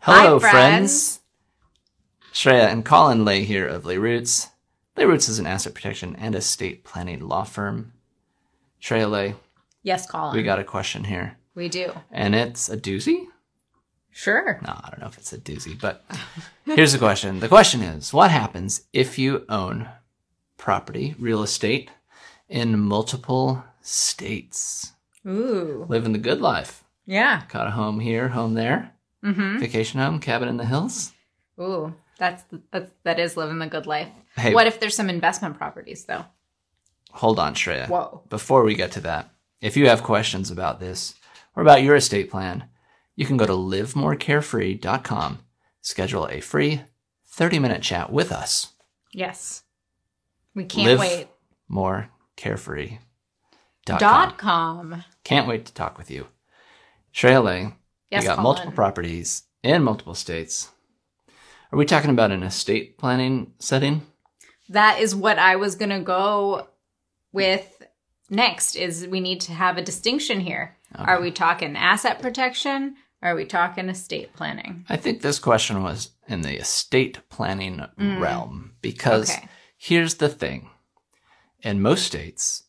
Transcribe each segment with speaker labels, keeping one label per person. Speaker 1: Hello,
Speaker 2: Hi,
Speaker 1: friends.
Speaker 2: friends.
Speaker 1: Shreya and Colin Lay here of Lay Roots. Lay Roots is an asset protection and estate planning law firm. Shreya Lay,
Speaker 2: Yes, Colin.
Speaker 1: we got a question here,
Speaker 2: We do.
Speaker 1: and it's a doozy.
Speaker 2: Sure.
Speaker 1: No, I don't know if it's a doozy, but here's the question. The question is what happens if you own property, real estate, in multiple states?
Speaker 2: Ooh.
Speaker 1: Living the good life.
Speaker 2: Yeah.
Speaker 1: Got a home here, home there,
Speaker 2: Mm-hmm.
Speaker 1: vacation home, cabin in the hills.
Speaker 2: Ooh. That's, that's that is living the good life.
Speaker 1: Hey.
Speaker 2: What if there's some investment properties though?
Speaker 1: Hold on, Shreya.
Speaker 2: Whoa.
Speaker 1: Before we get to that, if you have questions about this or about your estate plan, you can go to livemorecarefree.com, schedule a free 30 minute chat with us.
Speaker 2: Yes. We can't
Speaker 1: Live
Speaker 2: wait.
Speaker 1: More carefree.
Speaker 2: Dot com.
Speaker 1: Can't wait to talk with you. Shreya Lay,
Speaker 2: Yes,
Speaker 1: you got
Speaker 2: Colin.
Speaker 1: multiple properties in multiple states. Are we talking about an estate planning setting?
Speaker 2: that is what I was gonna go with next. Is we need to have a distinction here. Are we talking asset protection? Are we talking estate planning?
Speaker 1: I think this question was in the estate planning realm because
Speaker 2: Okay.
Speaker 1: here's the thing. In most states,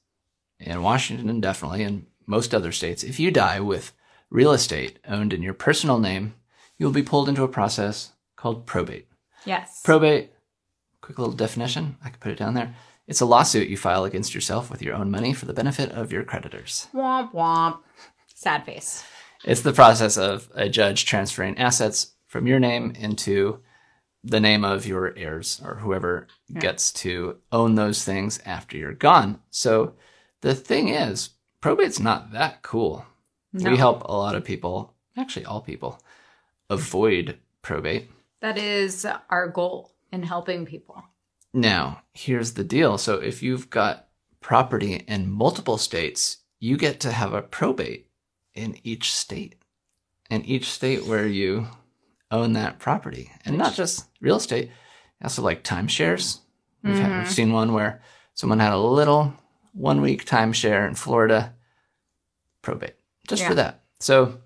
Speaker 1: in Washington definitely, and most other states, if you die with real estate owned in your personal name, you'll be pulled into a process called probate.
Speaker 2: Yes.
Speaker 1: Probate, quick little definition, I could put it down there. It's a lawsuit you file against yourself with your own money for the benefit of your creditors.
Speaker 2: womp womp. Sad face.
Speaker 1: It's the process of a judge transferring assets from your name into the name of your heirs or whoever gets to own those things after you're gone. So the thing is, probate's not that cool.
Speaker 2: No.
Speaker 1: We help a lot of people, actually all people, avoid probate.
Speaker 2: That is our goal in helping people.
Speaker 1: Now, here's the deal. So if you've got property in multiple states, you get to have a probate in each state. In each state where you own that property. And not just real estate, also like timeshares. We've, had, we've seen one where someone had a little one week timeshare in Florida, probate, just for
Speaker 2: Yeah.
Speaker 1: that. So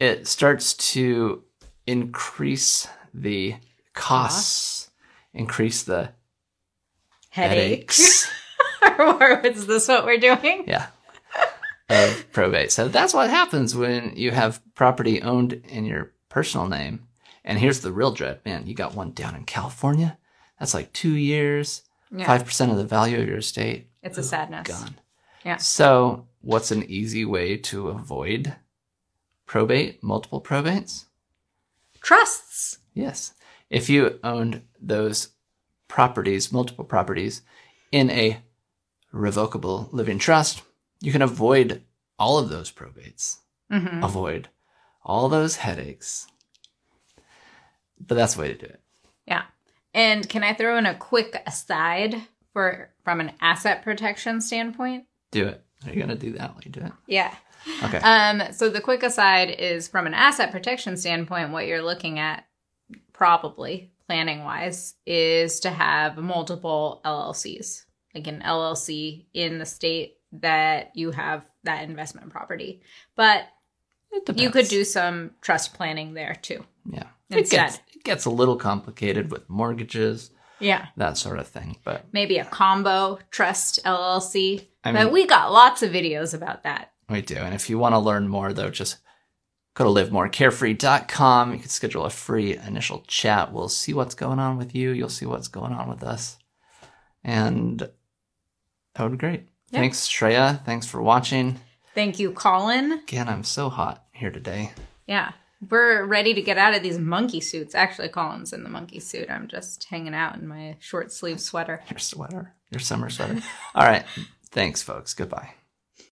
Speaker 1: it starts to increase the costs, increase the headaches.
Speaker 2: or is this what we're doing?
Speaker 1: yeah. Of probate. So that's what happens when you have property owned in your personal name. And here's the real dread man, you got one down in California. That's like two years,
Speaker 2: Yeah.
Speaker 1: 5% of the value of your estate
Speaker 2: It's a sadness.
Speaker 1: gone.
Speaker 2: Yeah.
Speaker 1: So, what's an easy way to avoid probate, multiple probates?
Speaker 2: Trusts.
Speaker 1: Yes. If you owned those properties, multiple properties, in a revocable living trust, you can avoid all of those probates,
Speaker 2: Mhm.
Speaker 1: avoid all those headaches. But that's the way to do it.
Speaker 2: Yeah. And can I throw in a quick aside for from an asset protection standpoint?
Speaker 1: Do it. Are you going to do that while you do it?
Speaker 2: Yeah.
Speaker 1: Okay.
Speaker 2: Um, so the quick aside is from an asset protection standpoint, what you're looking at probably planning wise is to have multiple LLCs, like an LLC in the state that you have that investment property. But
Speaker 1: It
Speaker 2: you could
Speaker 1: depends.
Speaker 2: do some trust planning there too.
Speaker 1: Yeah. It
Speaker 2: Instead.
Speaker 1: gets, it gets a little complicated with mortgages,
Speaker 2: Yeah.
Speaker 1: that sort of thing. But
Speaker 2: Maybe a combo trust LLC.
Speaker 1: I mean-
Speaker 2: but we got lots of videos about that.
Speaker 1: We do. And if you want to learn more, though, just go to livemorecarefree.com. You can schedule a free initial chat. We'll see what's going on with you. You'll see what's going on with us. And that would be great.
Speaker 2: Yeah.
Speaker 1: Thanks, Shreya. Thanks for watching.
Speaker 2: Thank you, Colin.
Speaker 1: Again, I'm so hot here today.
Speaker 2: Yeah. We're ready to get out of these monkey suits. Actually, Colin's in the monkey suit. I'm just hanging out in my short sleeve sweater.
Speaker 1: Your sweater, your summer sweater. All right. Thanks, folks. Goodbye.